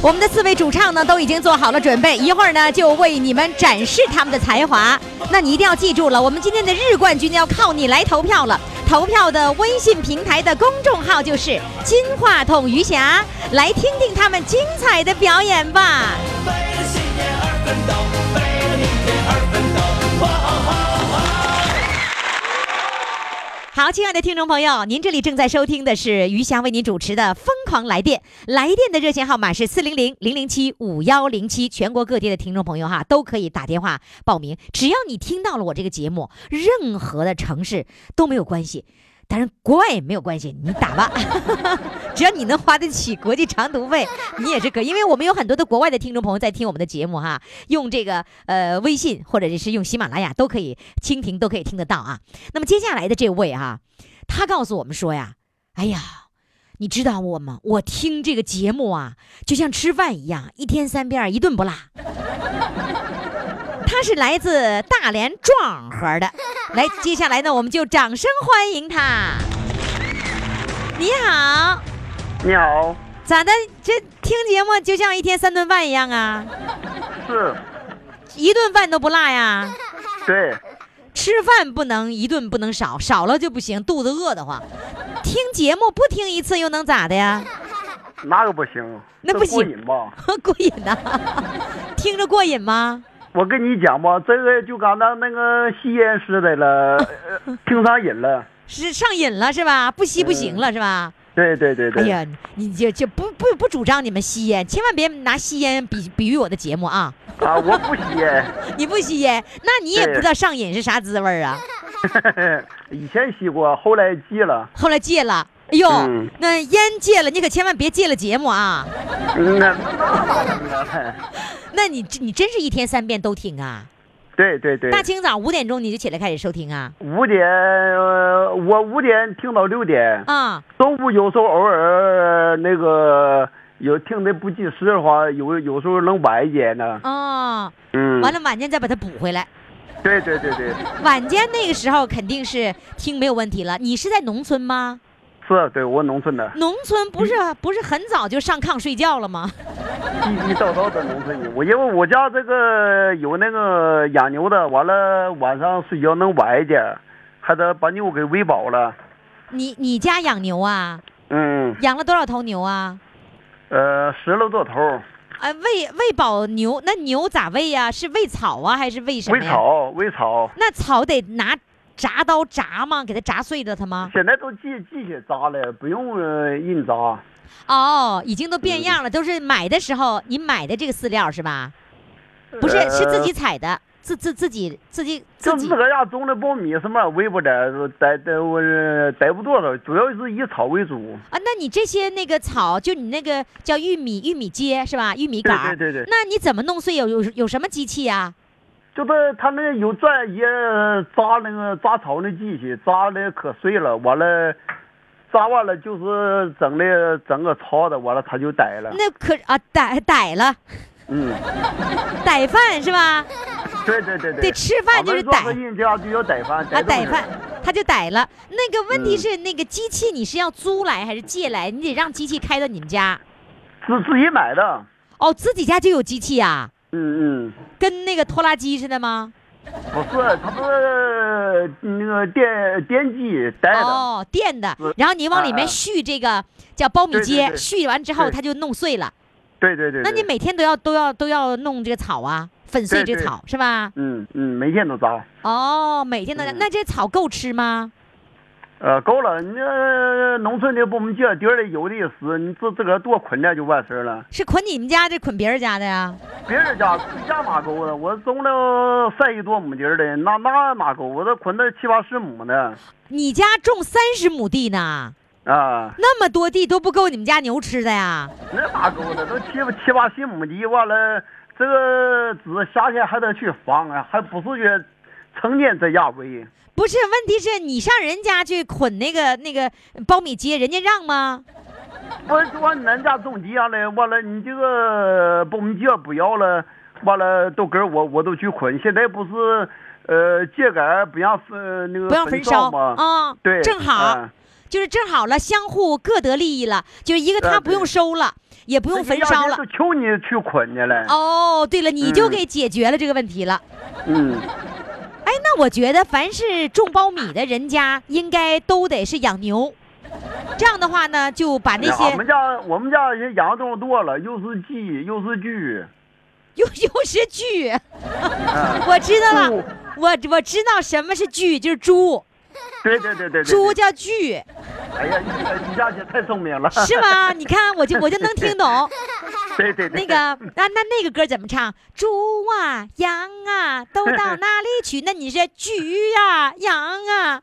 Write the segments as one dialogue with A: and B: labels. A: 我们的四位主唱呢，都已经做好了准备，一会儿呢就为你们展示他们的才华。那你一定要记住了，我们今天的日冠军要靠你来投票了。投票的微信平台的公众号就是“金话筒余霞”，来听听他们精彩的表演吧。好，亲爱的听众朋友，您这里正在收听的是余霞为您主持的《疯狂来电》，来电的热线号码是四零零零零七五幺零七，全国各地的听众朋友哈都可以打电话报名，只要你听到了我这个节目，任何的城市都没有关系。当然，国外也没有关系，你打吧， 只要你能花得起国际长途费，你也是可以。因为我们有很多的国外的听众朋友在听我们的节目哈，用这个呃微信或者是用喜马拉雅都可以，蜻蜓都可以听得到啊。那么接下来的这位啊，他告诉我们说呀，哎呀，你知道我吗？我听这个节目啊，就像吃饭一样，一天三遍儿，一顿不落。他是来自大连壮河的，来，接下来呢，我们就掌声欢迎他。你好，
B: 你好，
A: 咋的？这听节目就像一天三顿饭一样啊，
B: 是，
A: 一顿饭都不落呀？
B: 对，
A: 吃饭不能一顿不能少，少了就不行，肚子饿得慌。听节目不听一次又能咋的呀？
B: 那个不行，
A: 那
B: 这
A: 不行
B: 过瘾吧？
A: 过瘾呐、听着过瘾吗？
B: 我跟你讲吧，这个就刚才那个吸烟似的了，呃听上瘾了。
A: 是上瘾了是吧？不吸不行了是吧？
B: 对对嗯对
A: 哎
B: 对，
A: 呀，你就就不不不主张你们吸烟，千万别拿吸烟比比喻我的节目啊！
B: 啊，我不吸烟，
A: 你不吸烟，那你也
B: 对
A: 不知道上瘾是啥滋味儿啊！
B: 以前吸过，后来戒了。
A: 后来戒了，哎呦，
B: 嗯
A: 那烟戒了，你可千万别戒了节目啊！
B: 嗯那那那咋整啊？
A: 那你你真是一天三遍都听啊？
B: 对对对，
A: 大清早五点钟你就起来开始收听啊？
B: 五点、呃我五点听到六点，
A: 啊、
B: 中午有时候偶尔那个有听的不及时的话，有有时候能晚一点呢。
A: 哦，
B: 嗯，
A: 完了晚间再把它补回来。
B: 对对对对，
A: 晚间那个时候肯定是听没有问题了。你是在农村吗？
B: 是，对我农村的。
A: 农村不是
B: 嗯
A: 不是很早就上炕睡觉了吗？
B: 一一到到的农村人，我因为我家这个有那个养牛的，完了晚上睡觉能晚一点，还得把牛给喂饱了。
A: 你你家养牛啊？
B: 嗯，
A: 养了多少头牛啊？
B: 呃，十来多头，
A: 哎，喂喂饱牛，那牛咋喂呀、是喂草啊，还是喂什么
B: 喂
A: 呀？
B: 草喂草，
A: 那草得拿铡刀铡吗？给它铡碎了它吗？
B: 现在都机机械扎了，不用呃人扎。
A: 哦，已经都变样了，
B: 嗯
A: 都是买的时候你买的这个饲料是吧？不是，是自己采的，自自自己自己
B: 呃就
A: 自
B: 自
A: 己
B: 个儿家种的苞米什么喂不得，逮逮我逮不多少，主要是以草为主。
A: 啊？那你这些那个草，就你那个叫玉米玉米秸是吧？玉米杆儿
B: 对对对对
A: 那你怎么弄碎？有有有什么机器啊呀、
B: 就是他那有钻也扎那个扎草那机器，扎的可碎了，完了，扎完了就是整的整个糙的，完了他就逮了。
A: 那可啊逮逮 了，
B: 嗯，
A: 逮饭是吧？
B: 对对对对。
A: 对吃饭就是逮
B: 我们做客人家就要逮饭，
A: 啊，
B: 东
A: 逮
B: 西
A: 饭。，他就逮了。那个问题
B: 嗯
A: 是，那个机器你是要租来还是借来？你得让机器开到你们家。
B: 自自己买的。
A: 哦，自己家就有机器呀、
B: 嗯嗯，
A: 跟那个拖拉机似的吗？
B: 不是，他不是那个电电机带的。
A: 哦，电的
B: 是。
A: 然后你往里
B: 啊
A: 面
B: 啊
A: 续这个叫苞米
B: 对对
A: 秸，
B: 对
A: 续完之后
B: 对
A: 它就弄碎了。
B: 对对对。
A: 那你
B: 对
A: 每天都要都要都要弄这个草啊，粉碎
B: 对
A: 这
B: 对
A: 草是吧？
B: 嗯嗯，每天都扎。
A: 哦，每天都
B: 嗯
A: 那这草够吃吗？
B: 呃，够了，你那农村的不我们这地儿的有的也是，你自自个儿多捆点就完事儿了。
A: 是捆你们家的，捆别人家的呀？
B: 别人家自家马沟的，我种了三十多亩地儿的，那那马沟我都捆了七八十亩呢。
A: 你家种三十亩地呢？
B: 啊，
A: 那么多地都不够你们家牛吃的呀？
B: 那哪够的？都七七八十亩地，完了这个籽下去还得去放啊，还不是说成天在家喂。
A: 不是，问题是你上人家去捆那个那个苞米秸，人家让吗？
B: 我就往恁家种地下来，完了你这个苞米秸不要了，完了都给我我都去捆。现在不是呃秸秆不让分、呃那个
A: 不让
B: 焚
A: 焚烧
B: 吗？
A: 啊，
B: 对，
A: 正好、
B: 嗯
A: 就是正好了，相互各得利益了，就是一个他
B: 呃
A: 不用
B: 对
A: 收了，也不用焚烧了
B: 人家。就求你去捆去了。
A: 哦，对了，你就
B: 嗯
A: 给解决了这个问题了。
B: 嗯，
A: 哎，那我觉得凡是种苞米的人家，应该都得是养牛。这样的话呢，就把 那
B: 啊我
A: 些
B: 们家我们家也养动物多了，又是鸡又 是猪，
A: 又又是锯，
B: 嗯，
A: 我知道
B: 猪
A: 了，我我知道什么是锯，就是猪，
B: 对对对对对。
A: 猪叫锯，
B: 哎呀，你你家姐太聪明了。
A: 是吗？你看，我就我就能听懂
B: 对对
A: 那
B: 对。
A: 个，那那那个歌怎么唱？猪啊，羊啊，都到哪里去？那你是锯啊，羊啊。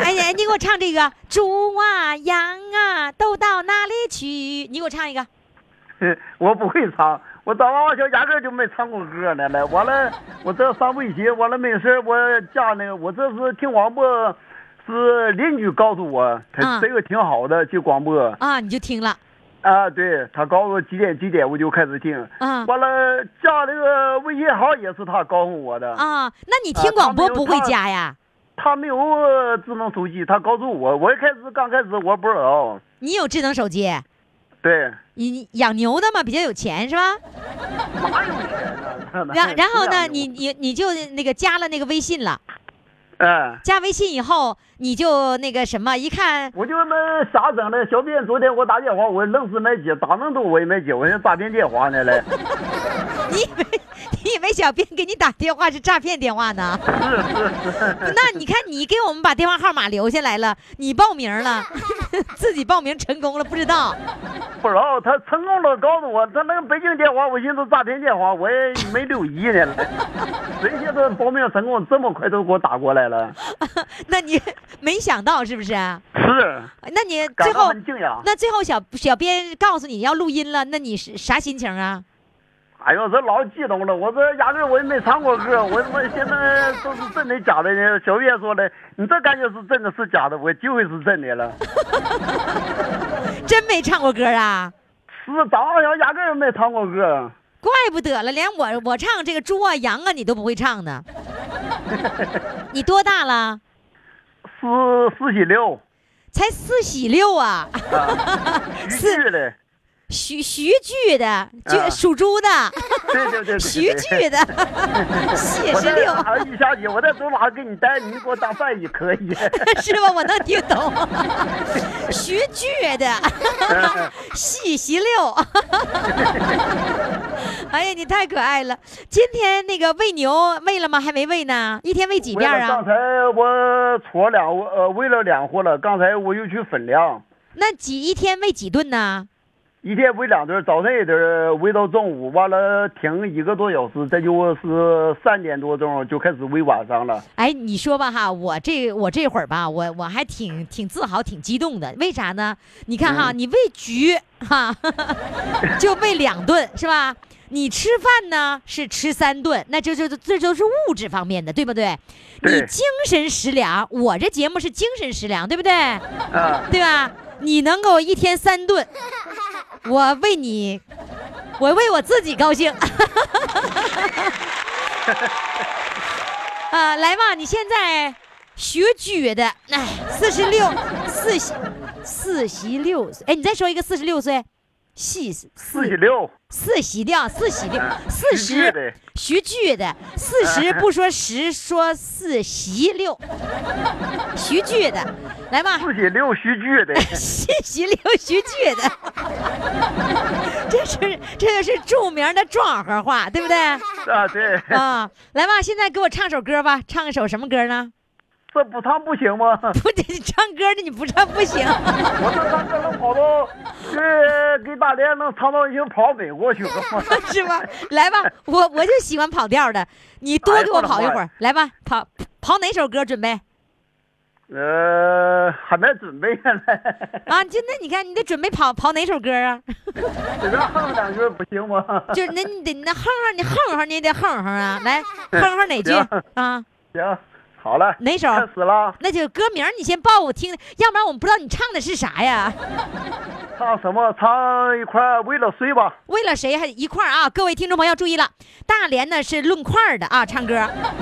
A: 哎呀，你给我唱这个，猪啊，羊啊，都到哪里去？你给我唱一个。
B: 那个， 我不会唱，我当娃娃小压根儿就没唱过歌呢了。完了，我这上卫学，完了没事儿我家那个，我这是听广播，是邻居告诉我，
A: 啊
B: 他这个挺好的，去广播。
A: 啊，你就听了
B: 啊，对他告诉我几点几点，我就开始听。
A: 啊
B: 完了加那个微信号也是他告诉我的，
A: 啊，那你
B: 啊
A: 听广
B: 他
A: 播
B: 没有
A: 不会
B: 他
A: 加呀？
B: 他没有呃智能手机，他告诉我，我一开始刚开始我不知道，
A: 你有智能手机？
B: 对，
A: 你你养牛的嘛，比较有钱是吧？
B: 哪有钱呢？
A: 然然后
B: 谁
A: 呢，
B: 养牛
A: 你你你就那个加了那个微信了，
B: 哎，
A: 加微信以后你就那个什么，一看
B: 我就那瞎整的。小编昨天我打电话，我愣是没接，打那么多我也没接，我寻思诈骗电话 呢嘞。
A: 你以为 你以为小编给你打电话是诈骗电话呢？那你看你给我们把电话号码留下来了，你报名了， 自己报名成功了不知道？
B: 不知道他成功了，告诉我他那个北京电话，我寻思诈骗电话，我也没留意呢 嘞。谁寻思报名成功这么快都给我打过来了？
A: 那你 没想到是不是？
B: 是，
A: 那你
B: 感
A: 最
B: 到
A: 后
B: 很惊讶。
A: 那最后小小编告诉你要录音了，那你是啥心情啊？
B: 哎呦，这老激动了，我这压根儿我也没唱过歌，我他妈现在都是真的假的呢。小月说的，你这感觉是真的是假的，我就会是真的了。
A: 真没唱过歌啊？
B: 是当时压根儿没唱过歌，
A: 怪不得了，连我我唱这个猪啊羊啊你都不会唱 呢。你多大了？
B: 四四喜六，
A: 才四喜六啊，
B: 徐剧的，
A: 徐徐剧的，就、
B: 啊
A: 属猪 的，
B: 对对对对。
A: 徐
B: 对
A: 剧的，谢
B: 我
A: 十
B: 这
A: 六
B: 啊，一小姐，我在走廊给你带，你给我当饭也可 以。
A: 是吧？我能听懂。徐剧的，
B: 嗯
A: 喜喜六。 哎呀，你太可爱了！今天那个喂牛喂了吗？还没喂呢，一天喂几
B: 为
A: 遍
B: 了
A: 啊
B: 刚？才我搓两呃，喂了两回了，刚才我又去分粮，
A: 那几一天喂几顿呢？
B: 一天喂两顿，早晨一顿，喂到中午，完了停一个多小时，这就是三点多钟就开始喂晚上了。
A: 哎，你说吧哈，我这我这会儿吧，我我还挺挺自豪、挺激动的。为啥呢？你看哈，你喂菊哈， 就喂两顿是吧？你吃饭呢是吃三顿，那这就这都是物质方面的，对不对？你
B: 对
A: 精神食粮，我这节目是精神食粮，对不对？
B: 啊，
A: 对吧？你能够一天三顿，我为你，我为我自己高兴。啊，来吧，你现在学举的，哎，四十六，四十，四十六岁，哎，你再说一个四十六岁，细四
B: 四喜六，
A: 四十六，四十六，四
B: 徐剧
A: 十
B: 的，啊
A: 徐剧的四十不说十，说四十六，徐剧的，来吧，
B: 四喜六徐剧的，
A: 信息流徐剧的， 这是这就是著名的壮和话，对不对？
B: 啊对，
A: 啊，来吧，现在给我唱首歌吧，唱一首什么歌呢？
B: 这不唱不行吗？
A: 不，这你唱歌的你不唱不 行。
B: 我这唱歌能跑到，呃，给大连能唱到已经跑美国去了吗？
A: 是吧？来吧，我我就喜欢跑调的，你多
B: 哎
A: 给我
B: 不能
A: 跑一
B: 换
A: 会儿。来吧，跑跑哪首歌？准备
B: 呃，还没准备呢，
A: 啊，就那你看，你得准备跑跑哪首歌啊？
B: 随便哼哼两句不行吗？
A: 就是那你得那哼哼，你哼哼，你得哼哼啊， 来哼哼哪句
B: 行
A: 啊？
B: 行，好了，
A: 哪首？
B: 开始了，
A: 那就歌名儿你先报我听，要不然我们不知道你唱的是啥呀？
B: 唱什么？唱一块儿为了谁吧。
A: 为了谁还一块儿啊？各位听众朋友注意了，大连呢是论块儿的啊，唱歌。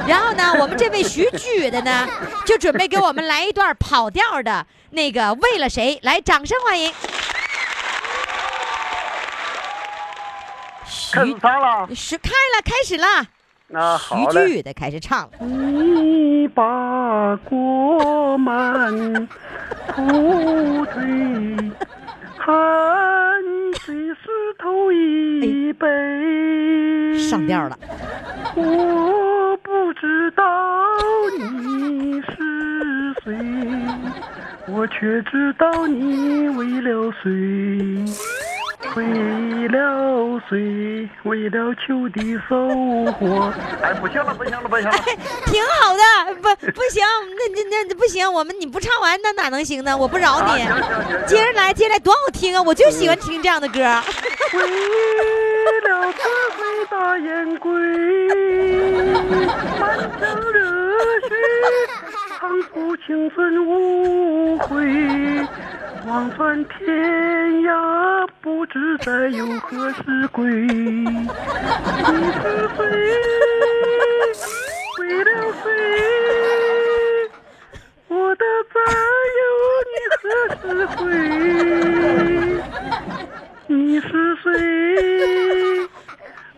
A: 然后呢，我们这位徐剧的呢，就准备给我们来一段跑调的那个为了谁，来掌声欢迎。
B: 开始
A: 徐
B: 唱了。
A: 是开了，开始了。
B: 啊，好
A: 徐
B: 嘞。
A: 剧的开始唱了，
B: 你把锅满土堆，汗水湿透一杯。
A: 上调了。
B: 我不知道你是谁，我却知道你为了谁，为了谁，为了秋的收获。哎，不行了，不行了，不行了。
A: 挺好的，不不行，那那那不行，我们你不唱完那哪能行呢？我不饶你，
B: 啊行行行行
A: 接着来，接着来，多好听啊！我就喜欢听这样的歌。
B: 嗯为了这回大烟鬼，满腔热血，唱出 青春无悔。望穿天涯，不知再有何时归。你是谁？为了谁？我的战友，你何时回？你是谁？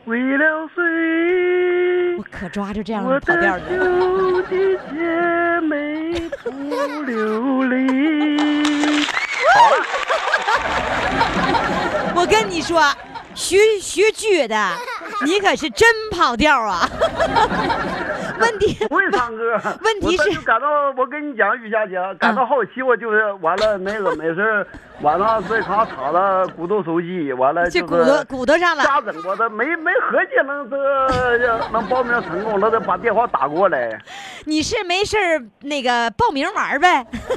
B: 为了谁
A: 我？可抓住这样
B: 我
A: 的跑调
B: 的
A: 的。
B: 兄弟姐妹不流泪。
A: 我跟你说，徐徐剧 的，你可是真跑调啊！问题，
B: 不会唱歌
A: 问题是嗯
B: 我当时感到我跟你讲，玉霞姐，啊感到好奇，我就是完了那个没事儿，晚上在他厂了鼓捣手机，完了
A: 就
B: 就
A: 鼓捣
B: 是
A: 鼓捣上了，
B: 瞎整我的，没没合计能这能报名成功了，得把电话打过来。
A: 你是没事儿那个报名玩儿呗？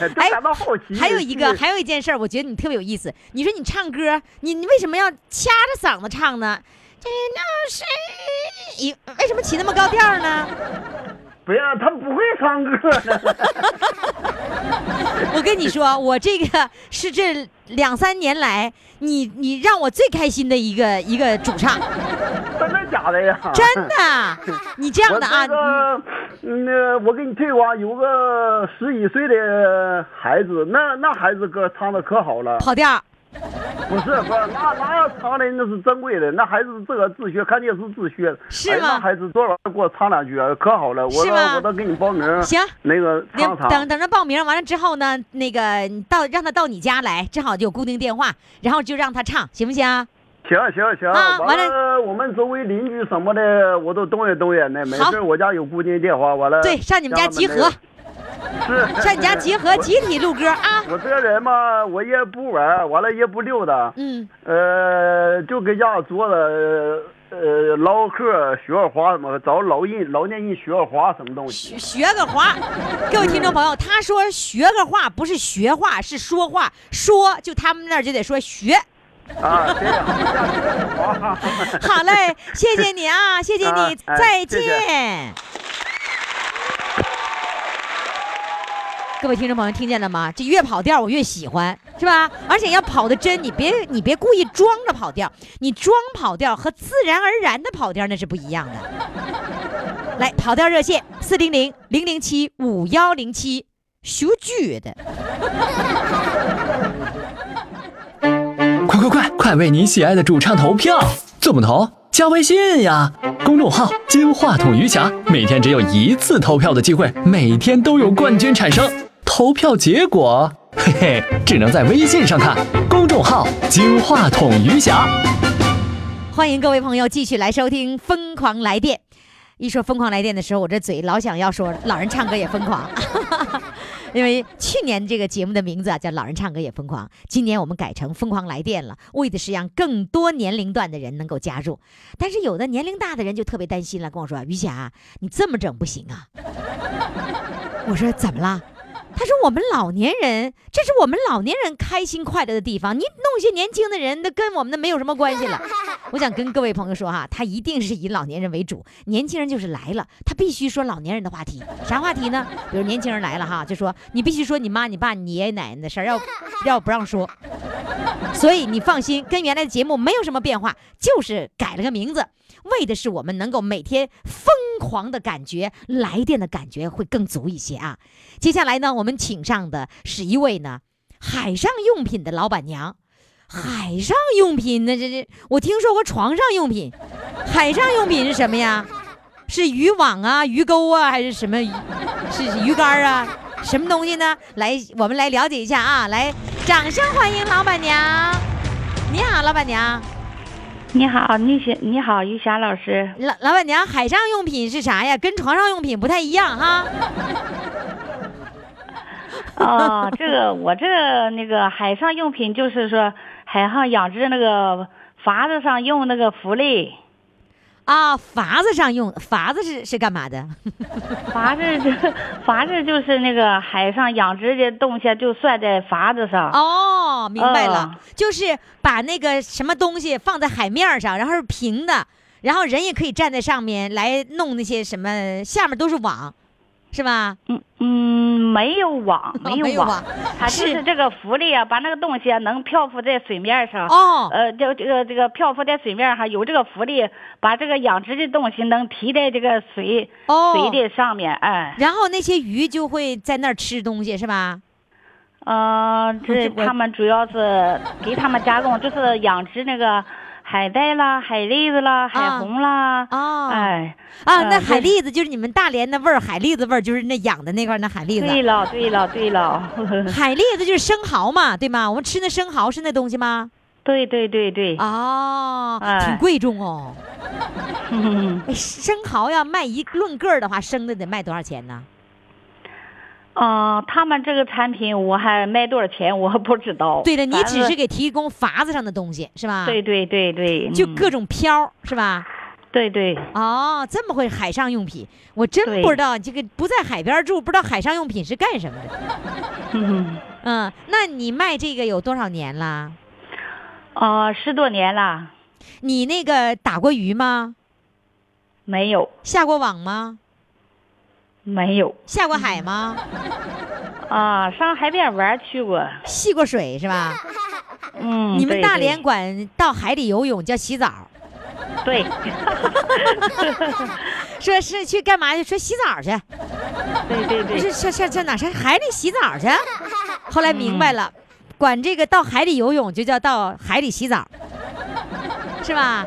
B: 就
A: 哎
B: 感到好奇。
A: 还有一个，
B: 去
A: 还有一件事儿，我觉得你特别有意思。你说你唱歌，你你为什么要掐着嗓子唱呢？这那是一为什么起那么高调呢？
B: 不要，他不会唱歌的。
A: 我跟你说，我这个是这两三年来，你你让我最开心的一个一个主 唱，
B: 真的假的呀？
A: 真的。你这样
B: 我
A: 的啊，
B: 那个，嗯，呃我给你推广，有个十几岁的孩子，那那孩子歌唱的可好了
A: 你，跑调。
B: 不是不是，那那唱的那是珍贵的，那孩子自个儿自学，看电视自学的。
A: 是
B: 哎
A: 吗
B: 那孩子昨晚给我唱两句，啊可好了，我
A: 是
B: 都
A: 吗
B: 我都给你报名。
A: 行
B: 那个
A: 等
B: 唱唱。
A: 等等着报名，完了之后呢，那个你到让他到你家来，正好就有固定电话，然后就让他唱，行不行 啊？
B: 行行行，
A: 啊完
B: 完了，我们周围邻居什么的，我都动员动员的。没
A: 好
B: 事，我家有固定电话，完了
A: 对上你们家集合。
B: 让他们那个是
A: 上你家集合，集体录歌啊！
B: 我这人嘛，我也不玩，完了也不溜达，
A: 嗯，
B: 呃，就搁家坐着，呃，唠嗑、学会花什么，找老人、老年人学会花什么东西。
A: 学学个话，各位听众朋友，他说学个话不是学话，是说话，说就他们那儿就得说学。
B: 啊，这样，我家学会花。
A: 好嘞，谢谢你啊，谢谢你，
B: 啊哎
A: 再见。
B: 谢谢
A: 各位听众朋友，听见了吗？这越跑调我越喜欢，是吧？而且要跑的真，你别你别故意装着跑调，你装跑调和自然而然的跑调那是不一样的。来，跑调热线四零零零零七五幺零七，学剧的。
C: 快快快，快为你喜爱的主唱投票！怎么投？加微信呀，公众号“金话筒余霞”，每天只有一次投票的机会，每天都有冠军产生。投票结果，嘿嘿，只能在微信上看。公众号“金话筒余霞”。
A: 欢迎各位朋友继续来收听《疯狂来电》。一说《疯狂来电》的时候，我这嘴老想要说老人唱歌也疯狂，因为去年这个节目的名字啊叫《老人唱歌也疯狂》，今年我们改成《疯狂来电》了，为的是让更多年龄段的人能够加入。但是有的年龄大的人就特别担心了，跟我说：“于霞，你这么整不行啊。”我说怎么啦？他说我们老年人，这是我们老年人开心快乐的地方，你弄一些年轻的人，那跟我们的没有什么关系了。我想跟各位朋友说哈，他一定是以老年人为主，年轻人就是来了，他必须说老年人的话题，啥话题呢？比如年轻人来了哈，就说你必须说你妈、你爸、你爷爷奶奶的事儿，要要不让说。所以你放心，跟原来的节目没有什么变化，就是改了个名字，为的是我们能够每天疯狂的感觉，来电的感觉会更足一些啊。接下来呢，我们请上的是一位呢海上用品的老板娘。海上用品呢？这这，我听说过床上用品，海上用品是什么呀？是渔网啊、鱼钩啊，还是什么鱼？是是鱼竿啊？什么东西呢？来，我们来了解一下啊！来，掌声欢迎老板娘。你好，老板娘。
D: 你好，你霞，你好，于霞 老师。
A: 老老板娘，海上用品是啥呀？跟床上用品不太一样哈。
D: 哦，这个我这个那个海上用品就是说海上养殖那个筏子上用那个浮类，
A: 啊，筏子上用，筏子是是干嘛的？
D: 筏子就 筏子就是那个海上养殖的东西啊就算在筏子上。
A: 哦，明白了，
D: 嗯
A: 就是把那个什么东西放在海面上，然后是平的，然后人也可以站在上面来弄那些什么，下面都是网，是吧？
D: 嗯嗯，没有网，没
A: 哦没有
D: 有
A: 网
D: 网，它就是是这个浮力啊，把那个东西啊能漂浮在水面上。
A: 哦
D: 呃，就这个这个漂浮在水面上，有这个浮力，把这个养殖的东西能提在这个水、
A: 哦
D: 水的上面，哎，
A: 然后那些鱼就会在那儿吃东西，是吧？
D: 嗯、
A: 这
D: 这
A: 我
D: 他们主要是给他们加工，就是养殖那个海带啦、海蛎子
A: 啊
D: 啦、海虹啦，
A: 哦
D: 哎，
A: 啊，
D: 呃
A: 那海
D: 对
A: 蛎子就是你们大连的味儿，海蛎子味儿就是那养的那块儿那海蛎子。
D: 对了，对了，对了，
A: 海蛎子就是生蚝嘛，对吗？我们吃那生蚝是那东西吗？
D: 对对对对，
A: 哦，挺
D: 哎
A: 贵重哦。
D: 嗯
A: 哎生蚝要卖一论个儿的话，生的得卖多少钱呢？
D: 嗯，他们这个产品我还卖多少钱我不知道。
A: 对了，你
D: 反
A: 只是
D: 正
A: 给提供筏子上的东西是吧？
D: 对，对对对，
A: 就
D: 嗯
A: 各种漂儿是吧？
D: 对对，
A: 哦，这么会海上用品，我真
D: 对
A: 不知道这个不在海边儿住，不知道海上用品是干什么的。
D: 嗯，
A: 嗯，那你卖这个有多少年啦？
D: 哦，十多年了，
A: 你那个打过鱼吗？
D: 没有
A: 下过网吗？
D: 没有
A: 下过海吗？
D: 啊，上海边玩儿去过，
A: 戏过水是吧？
D: 嗯，
A: 你们
D: 对
A: 大
D: 对
A: 连管到海里游泳叫洗澡，
D: 对，
A: 说是去干嘛去？说洗澡去。
D: 对对对
A: 是上上上哪上海里洗澡去？后来明白了，管这个到海里游泳就叫到海里洗澡，是吧？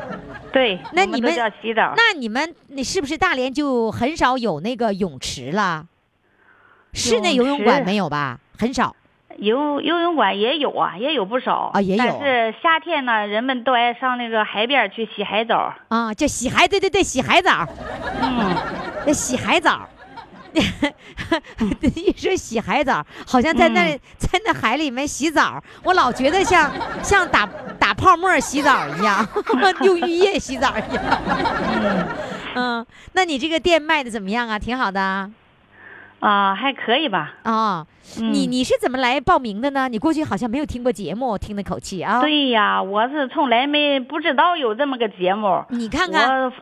D: 对，
A: 那
D: 我
A: 你
D: 都
A: 们
D: 叫洗澡？
A: 那你们你是不是大连就很少有那个泳池了？室内游泳
D: 泳
A: 馆
D: 池
A: 没有吧？很少。
D: 游游泳馆也有啊，也有不少
A: 啊也有
D: 但是夏天呢，人们都爱上那个海边儿去洗海澡。
A: 啊，叫洗海，对对对，洗海澡，
D: 嗯，
A: 那洗海澡。 一说洗海澡，好像在那、
D: 嗯
A: 在那海里面洗澡，我老觉得像像打打泡沫洗澡一样， 用浴液洗澡一样。 嗯，那你这个店卖的怎么样啊？挺好的啊。
D: 啊，还可以吧。
A: 哦你
D: 嗯
A: 你是怎么来报名的呢？你过去好像没有听过节目，听的口气啊。，
D: 对呀，我是从来没不知道有这么个节目。
A: 你看看，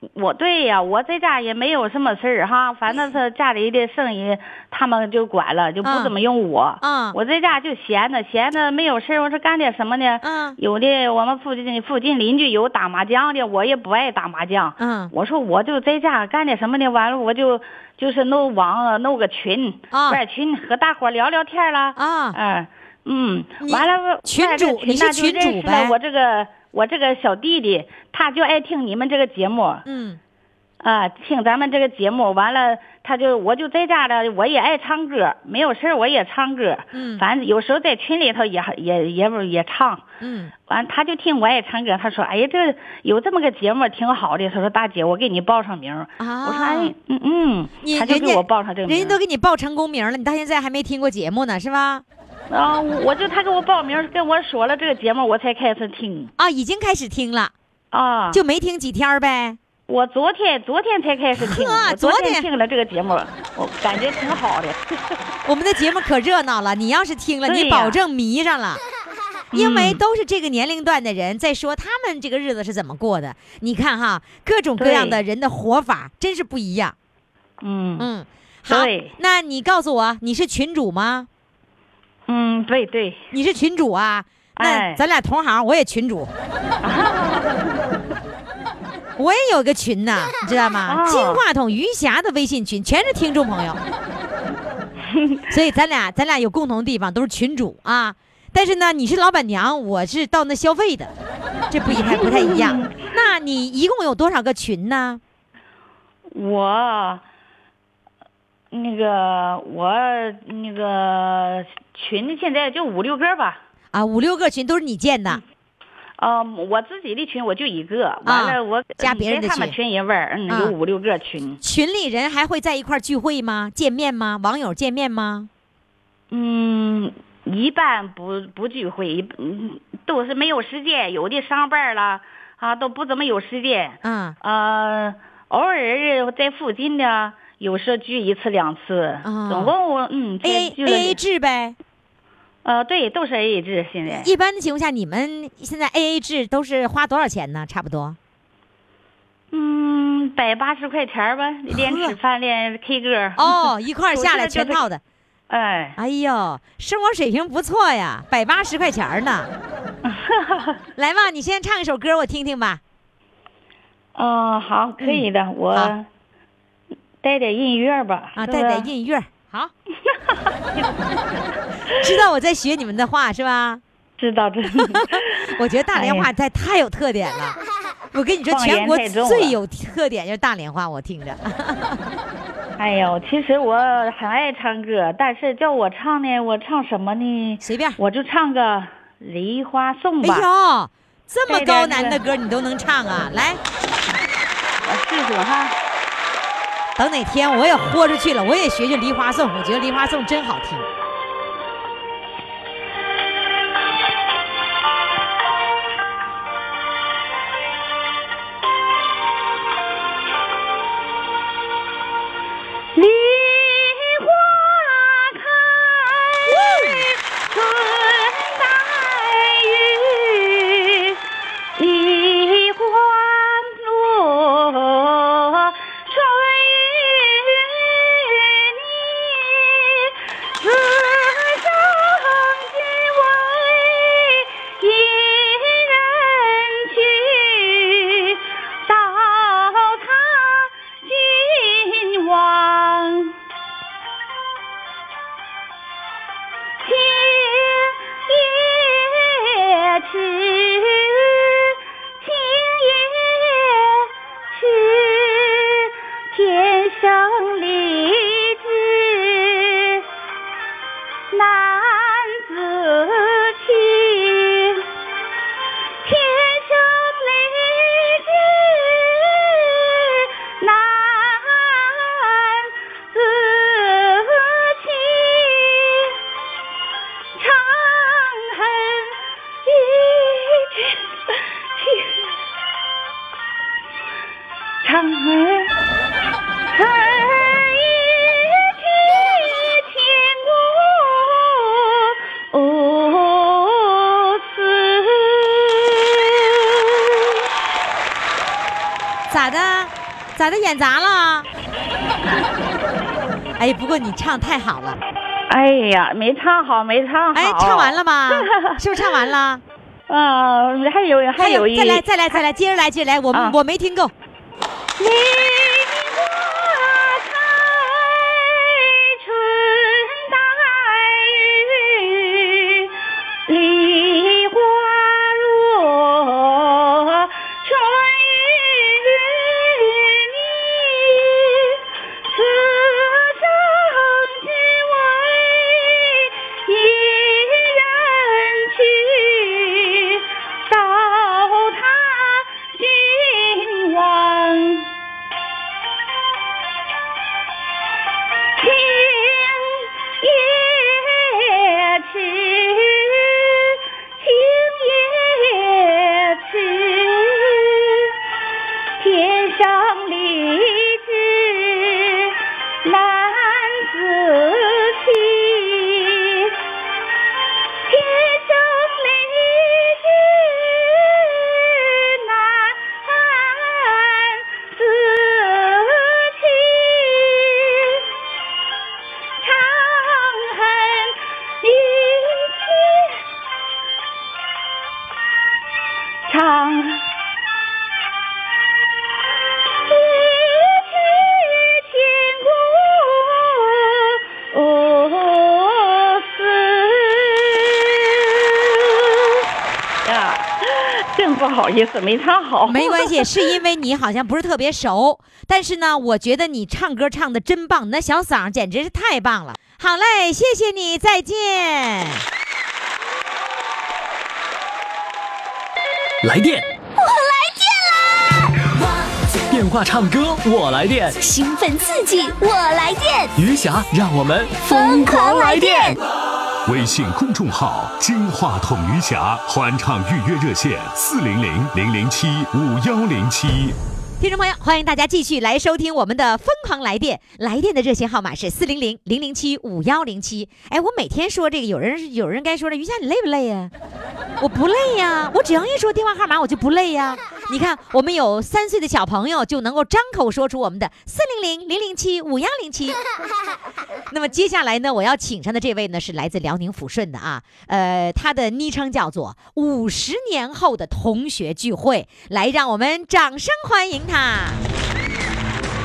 D: 我，我对呀，我在家也没有什么事儿哈，反正是家里的生意他们就管了，就不
A: 嗯
D: 怎么用我。
A: 嗯
D: 我在家就闲着，闲着没有事儿，我说干点什么呢？
A: 嗯
D: 有的我们附近附近邻居有打麻将的，我也不爱打麻将。
A: 嗯
D: 我说我就在家干点什么呢？完了我就就是弄网弄个群，
A: 啊
D: 外群和大伙儿聊聊天啦。
A: 啊
D: 嗯嗯
A: 你，
D: 完了
A: 群
D: 外边
A: 主你是
D: 那就
A: 群主
D: 认识
A: 呗
D: 了我这个我这个小弟弟，他就爱听你们这个节目啊、
A: 嗯，
D: 听咱们这个节目。完了，他就我就在家了，我也爱唱歌，没有事儿我也唱歌。
A: 嗯
D: 反正有时候在群里头也也也不也唱。
A: 嗯
D: 完，他就听我也唱歌，他说：“哎呀，这有这么个节目挺好的。”他说：“大姐，我给你报上名儿。
A: 啊。
D: 我说：“哎，嗯嗯。
A: 你”
D: 他就
A: 人家
D: 给我报上这个名
A: 人
D: 儿。
A: 家都给你报成功名了，你到现在还没听过节目呢，是吧？
D: 啊，我我就他给我报名儿，跟我说了这个节目，我才开始听
A: 啊，已经开始听了，
D: 啊。
A: 就没听几天儿呗。
E: 我昨天昨天才开始 听，
A: 呵
E: 我昨
A: 昨天
E: 天听了这个节目，我感觉挺好的。
A: 我们的节目可热闹了，你要是听了，
E: 对呀嗯
A: 你保证迷上 了。因为都是这个年龄段的人在说他们这个日子是怎么过的，你看哈，各种各样的人的活法真是不一样。
E: 嗯
A: 嗯，好
E: 对，
A: 那你告诉我，你是群主吗？
E: 嗯，对对，
A: 你是群主啊？那
E: 哎
A: 咱俩同行，我也群 主，我也有个群呐，你知道吗？
E: 哦
A: 金话筒余霞的微信群全是听众朋 友，所以咱俩咱俩有共同地方，都是群主啊。但是呢，你是老板娘，我是到那消费的，这不一 太不太一样。那你一共有多少个群呢？
E: 我那个我那个群现在就五六个吧。
A: 啊，五六个群都是你建
E: 嗯
A: 的，
E: 呃，我自己的群我就一个，完了我
A: 啊加别人的
E: 跟他们
A: 群
E: 群一问儿，嗯，
A: 嗯
E: 有五六个群。
A: 群里人还会在一块儿聚会吗？见面吗？网友见面吗？
E: 嗯，一般不不聚会，一嗯都是没有时间，有的上班了啊，都不怎么有时间。
A: 啊、
E: 呃，偶尔在附近的，有时候聚一次两次。
A: 啊
E: 总共我嗯，才
A: a
E: 聚
A: A
E: 了
A: A 制呗。
E: 呃，对，都是 AA 制现在。
A: 一般的情况下，你们现在 A A 制都是花多少钱呢？差不 多
E: 嗯，百八十块钱儿吧，连
A: 呵
E: 吃饭连 K 歌。
A: 哦，一块儿
E: 我
A: 下
E: 现
A: 来
E: 在就
A: 全
E: 是
A: 套的。
E: 哎，
A: 哎呦，生活水平不错呀，百八十块钱儿 呢。来吧，你先唱一首歌我听听吧。
E: 嗯、好，可以的，
A: 嗯好
E: 我带点音乐吧。
A: 啊，
E: 是
A: 带点
E: 吧。
A: 音乐儿，好。知道我在学你们的话是吧？
E: 知道，知道。
A: 我觉得大连
E: 哎呀
A: 话太太有特点了。我跟你说，
E: 方
A: 全
E: 言
A: 国
E: 太重了
A: 最有特点就是大连话，我听着。
E: 哎呦，其实我很爱唱歌，但是叫我唱呢，我唱什么呢？
A: 随便儿。
E: 我就唱个《梨花颂》吧，
A: 哎呦，这么
E: 这
A: 高
E: 边
A: 难
E: 这
A: 的
E: 个
A: 歌你都能唱啊！来，
E: 我试试哈。
A: 等哪天我也豁出去了，我也学学《梨花颂》，我觉得《梨花颂》真好听。
E: 梨花开，春来雨，一关落，春雨你，此生只为一人去，到他今晚。今夜痴，今夜痴，天生丽质难自弃。天生丽质难自弃，长恨一句， 长恨恨一句千古无词。
A: 咋的？咋的？演砸 了？哎，不过你唱太好了。
E: 哎呀，没唱好，没唱好。
A: 哎，唱完了吗？是不是唱完 了？
E: 嗯，还有还有一
A: 再来，再来，再来，接着来，接着来。我们、
E: 啊
A: 我没听够。
E: 梨花开，春带雨，梨花落，春雨你，此生只为一人去，到他今晚。今
D: 不好意思，没唱 好。
A: 没关系，是因为你好像不是特别熟，但是呢，我觉得你唱歌唱的真棒，你那小嗓儿简直是太棒了。好嘞，谢谢你，再见。
C: 来电，我来电啦！电话唱歌，我来电。
F: 兴奋刺激，我来电，
C: 余霞，让我们
F: 疯狂来电！
G: 微信公众号“金话筒余霞”欢唱预约热线：四零零零零七五幺零七。
A: 听众朋友，欢迎大家继续来收听我们的《疯狂来电》，来电的热线号码是四零零零零七五幺零七。哎，我每天说这个，有人有人该说了，于霞你累不累呀、我不累呀、我只要一说电话号码，我就不累呀、你看，我们有三岁的小朋友就能够张口说出我们的四零零零零七五幺零七。那么接下来呢，我要请上的这位呢是来自辽宁抚顺的啊，呃，他的昵称叫做“五十年后的同学聚会”，来，让我们掌声欢迎他。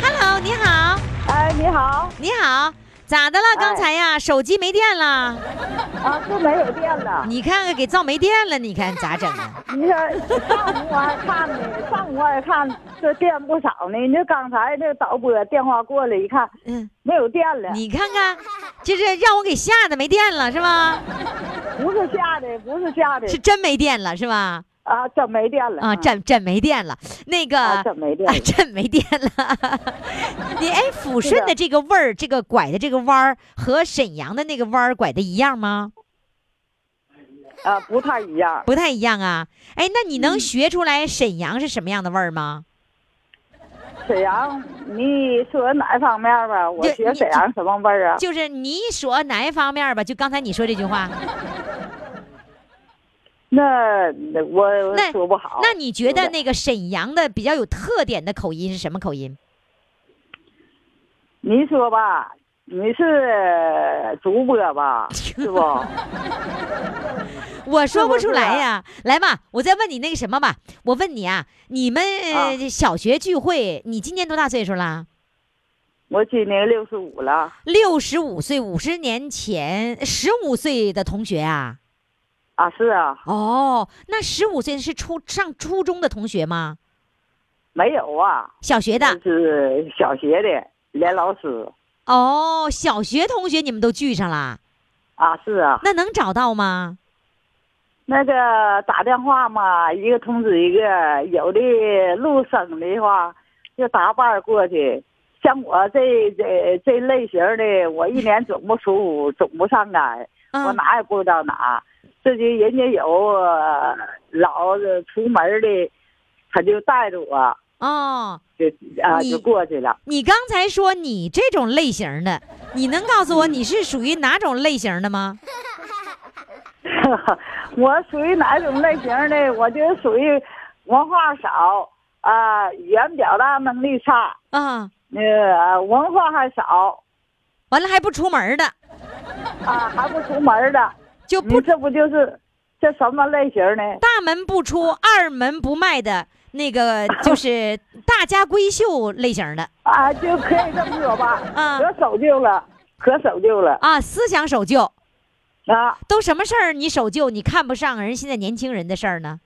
A: Hello，你好，
H: 哎，你好哎
A: 你好，咋的了？刚才呀，手机没电了，
H: 啊，是没有电了。
A: 你看看给造没电了，你看咋整啊？
H: 你说上午我还看呢，上午我还看这电不少呢。你这刚才这导播电话过来一看，
A: 嗯，
H: 没有电了，
A: 你看看，就是让我给吓的没电了是吧？
H: 不是吓的，不是吓的
A: 是真没电了是吧？
H: 啊，真没电了
A: 啊，真真没电了，那个
H: 啊真没电了
A: 啊真没电了。你哎，抚顺的这个味儿，这个拐的这个弯儿和沈阳的那个弯儿拐的一样吗？
H: 啊，不太一样。
A: 不太一样啊。哎，那你能学出来沈阳是什么样的味儿吗？
H: 沈阳，你说哪方面吧？我
A: 对
H: 学
A: 你
H: 沈阳什么味儿啊？
A: 就是你说哪一方面儿吧？就刚才你说这句话，
H: 那那我
A: 那
H: 说不好。
A: 那你觉
H: 对
A: 得
H: 不对
A: 那个沈阳的比较有特点的口音是什么口音？
H: 你说吧，你是主播 吧？是不？
A: 我说不
H: 是
A: 出
H: 不是
A: 来
H: 啊
A: 呀。来吧，我再问你那个什么吧。我问你啊，你们呃小学聚会，你今年多大岁数啦？
H: 我今年六十五了
A: 六十五岁，五十年前十五岁的同学啊？
H: 啊，是啊，
A: 哦，那十五岁是初上初中的同学吗？
H: 没有啊。
A: 小学的
H: 就是小学的连老师
A: 哦，小学同学你们都聚上了，
H: 啊，是啊，
A: 那能找到吗？
H: 那个打电话嘛，一个通知一个，有的录省的话就搭伴儿过去。像我这这这类型的，我一年总不出，总不上赶，我
A: 嗯，
H: 哪也不知道哪。自己人家有呃老是出门的，他就带着我，
A: 哦，
H: 就啊
A: 你
H: 就过去了。
A: 你刚才说你这种类型的，你能告诉我你是属于哪种类型的吗？
H: 我属于哪种类型的？我就是属于文化少啊、语言表达能力差，
A: 啊，
H: 那、个呃文化还少
A: 完了还不出门的，
H: 啊、还不出门的。
A: 就
H: 你
A: 不
H: 这不就是这什么类型呢？
A: 大门不出二门不迈的那个，就是大家闺秀类型的嗯
H: 啊，就可以这么说吧，
A: 啊
H: 可守旧了，可守旧了
A: 啊，思想守旧。
H: 啊！
A: 都什么事儿你守旧，你看不上人现在年轻人的事儿呢？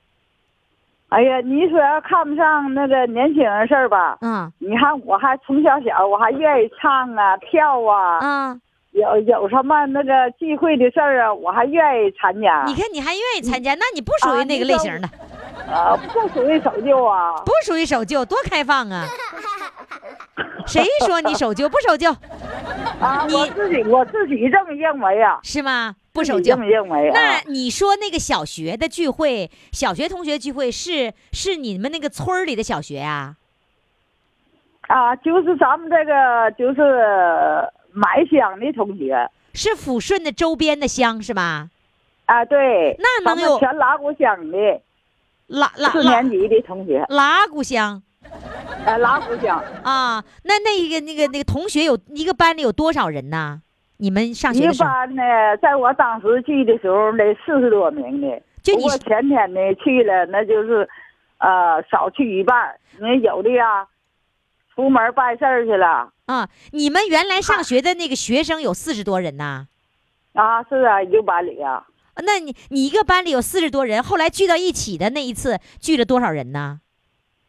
H: 哎呀，你说要看不上那个年轻人事儿吧？
A: 嗯
H: 你看我还从小小我还愿意唱啊、跳啊，
A: 啊，
H: 有有什么那个聚会的事儿啊，我还愿意参加。
A: 你看你还愿意参
H: 嗯
A: 加，那你不属于
H: 啊
A: 那个类型的，
H: 呃，不属于守旧啊，
A: 不属于守旧，多开放 啊！谁说你守旧不守旧
H: 啊，我
A: 你
H: 自己我自己这么认为啊，
A: 是吗？不
H: 自己
A: 守旧
H: 这。么认为
A: 那
H: 啊，
A: 你说那个小学的聚会，小学同学聚会是是你们那个村儿里的小学啊？
H: 啊，就是咱们这个就是买香的同学
A: 是抚顺的周边的乡是吧？
H: 啊，对，
A: 那能
H: 咱们
A: 有
H: 全拉古乡的
A: 拉拉
H: 四
A: 拉
H: 年级的同学，
A: 拉古乡
H: 呃，拉古乡
A: 啊？那那个那个那个同学有一个班里有多少人呢？你们上
H: 一
A: 学的时候？
H: 般呢，在我当时去的时候得四十多名的，
A: 就
H: 不
A: 你
H: 过前天呢去了，那就是，呃，少去一半儿，你有的呀，出门办事儿去了。
A: 啊，你们原来上学的那个学生有四十多人呐？
H: 啊，是啊，一个班里啊，
A: 那你你一个班里有四十多人，后来聚到一起的那一次聚了多少人呢？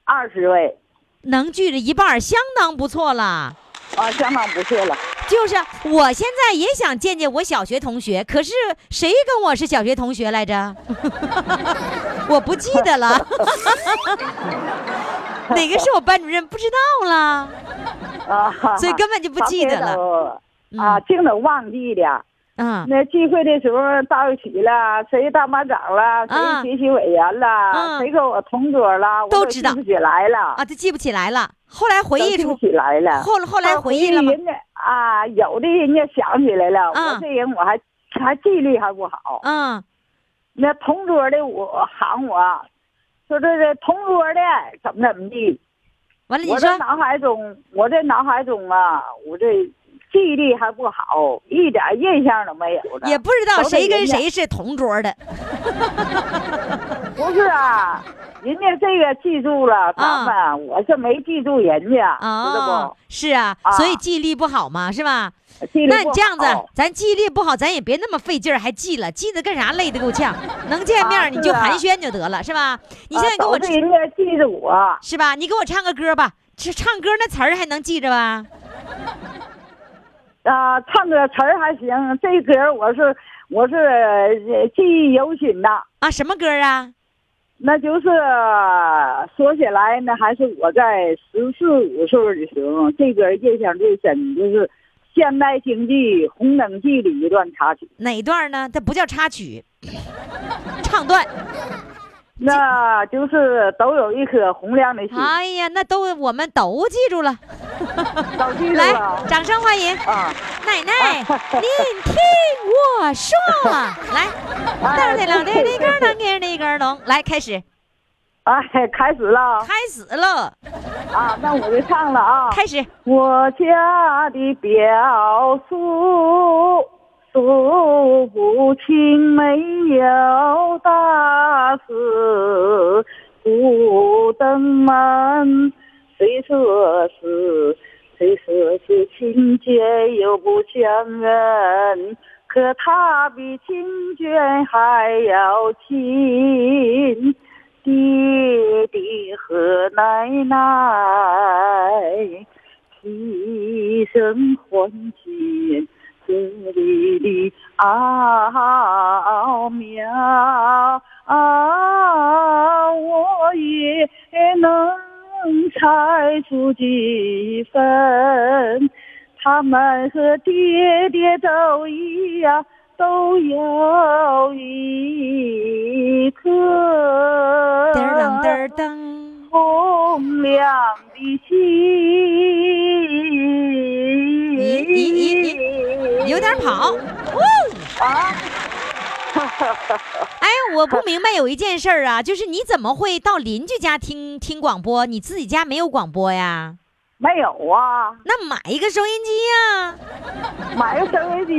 H: 二十位，
A: 能聚着一半儿，相当不错了。
H: 啊，相当不错了。
A: 就是我现在也想见见我小学同学，可是谁跟我是小学同学来着？ 我不记得了， 哪个是我班主任不知道了，
H: 啊，
A: 所以根本就不记得了
H: 了。啊，
A: 嗯
H: 净都忘记了。
A: 嗯
H: 那聚会的时候到一起了，谁当班长了，
A: 啊
H: 谁学习委员
A: 嗯
H: 了，谁跟我同桌了，我
A: 都知道
H: 记不起来了，
A: 啊，就记不起来了。后来回
H: 都
A: 忆
H: 记
A: 出
H: 不，起来了。
A: 后后来回忆了吗？
H: 人家啊，有的人家想起来了，
A: 嗯
H: 我这人我还还记啊忆力还不好。
A: 嗯
H: 那同桌的我喊我，说这这同桌的怎么怎么地，
A: 完了你
H: 我
A: 说
H: 这脑海中，我这脑海中啊，我这记忆力还不好，一点印象都没有了。
A: 也不知道
H: 都得
A: 谁跟
H: 人家
A: 谁是同桌的，
H: 不是啊，人家这个记住了咱们，我是没记住人家，知
A: 啊
H: 道，
A: 是啊，
H: 啊
A: 所以记忆力不好嘛，是吧？
H: 不？记忆力
A: 那
H: 不
A: 你这样子啊
H: 好，
A: 咱记忆力不好，咱也别那么费劲儿，还记了，记得干啥？累得够 呛。能见面
H: 啊
A: 儿你就是
H: 啊
A: 寒暄就得了，是吧？你现在
H: 啊
A: 给我
H: 都是人家记住我，
A: 是吧？你给我唱个歌吧，这唱歌那词儿还能记着吧？
H: 啊，唱歌词儿还行，这歌我是我是呃记忆犹新呐。
A: 啊，什么歌啊？
H: 那就是呃说起来呢，还是我在十四五岁的时候，这歌印象最深，就是现代京剧《红灯记》里一段插曲。
A: 哪段呢？它不叫插曲，唱段。
H: 那就是都有一颗红亮的 心，
A: 哎呀，那都我们都记住了。
H: 都记住
A: 来
H: 了，
A: 掌声欢迎
H: 啊。
A: 奶奶，您听我 说，来，
H: 哎
A: 噔儿的啷的的个儿啷
H: 对
A: 个儿的个儿啷，来开始，
H: 哎，开始了
A: 开始了，
H: 啊！那我就唱了啊。
A: 开始。
H: 我家的表叔数不清，没有大事，不登门，谁说是谁说是亲眷又不相认，可他比亲眷还要亲。爹爹和奶奶，齐声唤起这里的奥妙，啊，我也能猜出几分。他们和爹爹都一样，都有一颗
A: 嘚儿啷嘚儿噔，
H: 红亮的心。
A: 你你你你有点跑。
H: 啊！
A: 哎，我不明白有一件事儿啊，就是你怎么会到邻居家听听广播？你自己家没有广播呀？
H: 没有啊，
A: 那买一个收音机呀、
H: 买个收音机，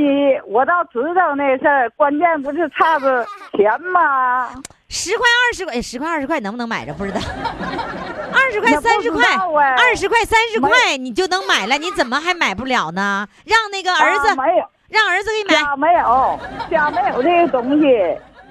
H: 我倒知道那事儿，关键不是差着钱吗？
A: 十块二十块，哎十块二十块能不能买着不知 道，二十块
H: 那不
A: 三十块，
H: 知道哎
A: 二十块三十
H: 没
A: 块你就能买了，你怎么还买不了呢？让那个儿子，
H: 啊没有。
A: 让儿子给你买，
H: 家没有，家没有这个东西。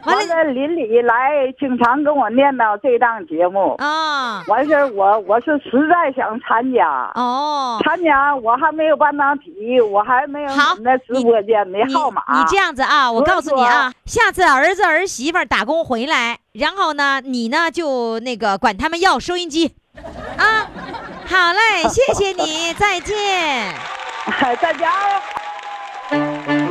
A: 完了
H: 完了，邻里来经常跟我念叨这档节目。
A: 啊、
H: 完事儿，我我是实在想参加，
A: 哦，
H: 参加我还没有办档体，我还没有
A: 好
H: 你那直播间的
A: 你
H: 号码。
A: 你这样子啊，我
H: 我
A: 告诉你啊，下次儿子儿媳妇儿打工回来，然后呢，你呢就那个管他们要收音机，啊，好嘞，谢谢你，再见。
H: 样，大家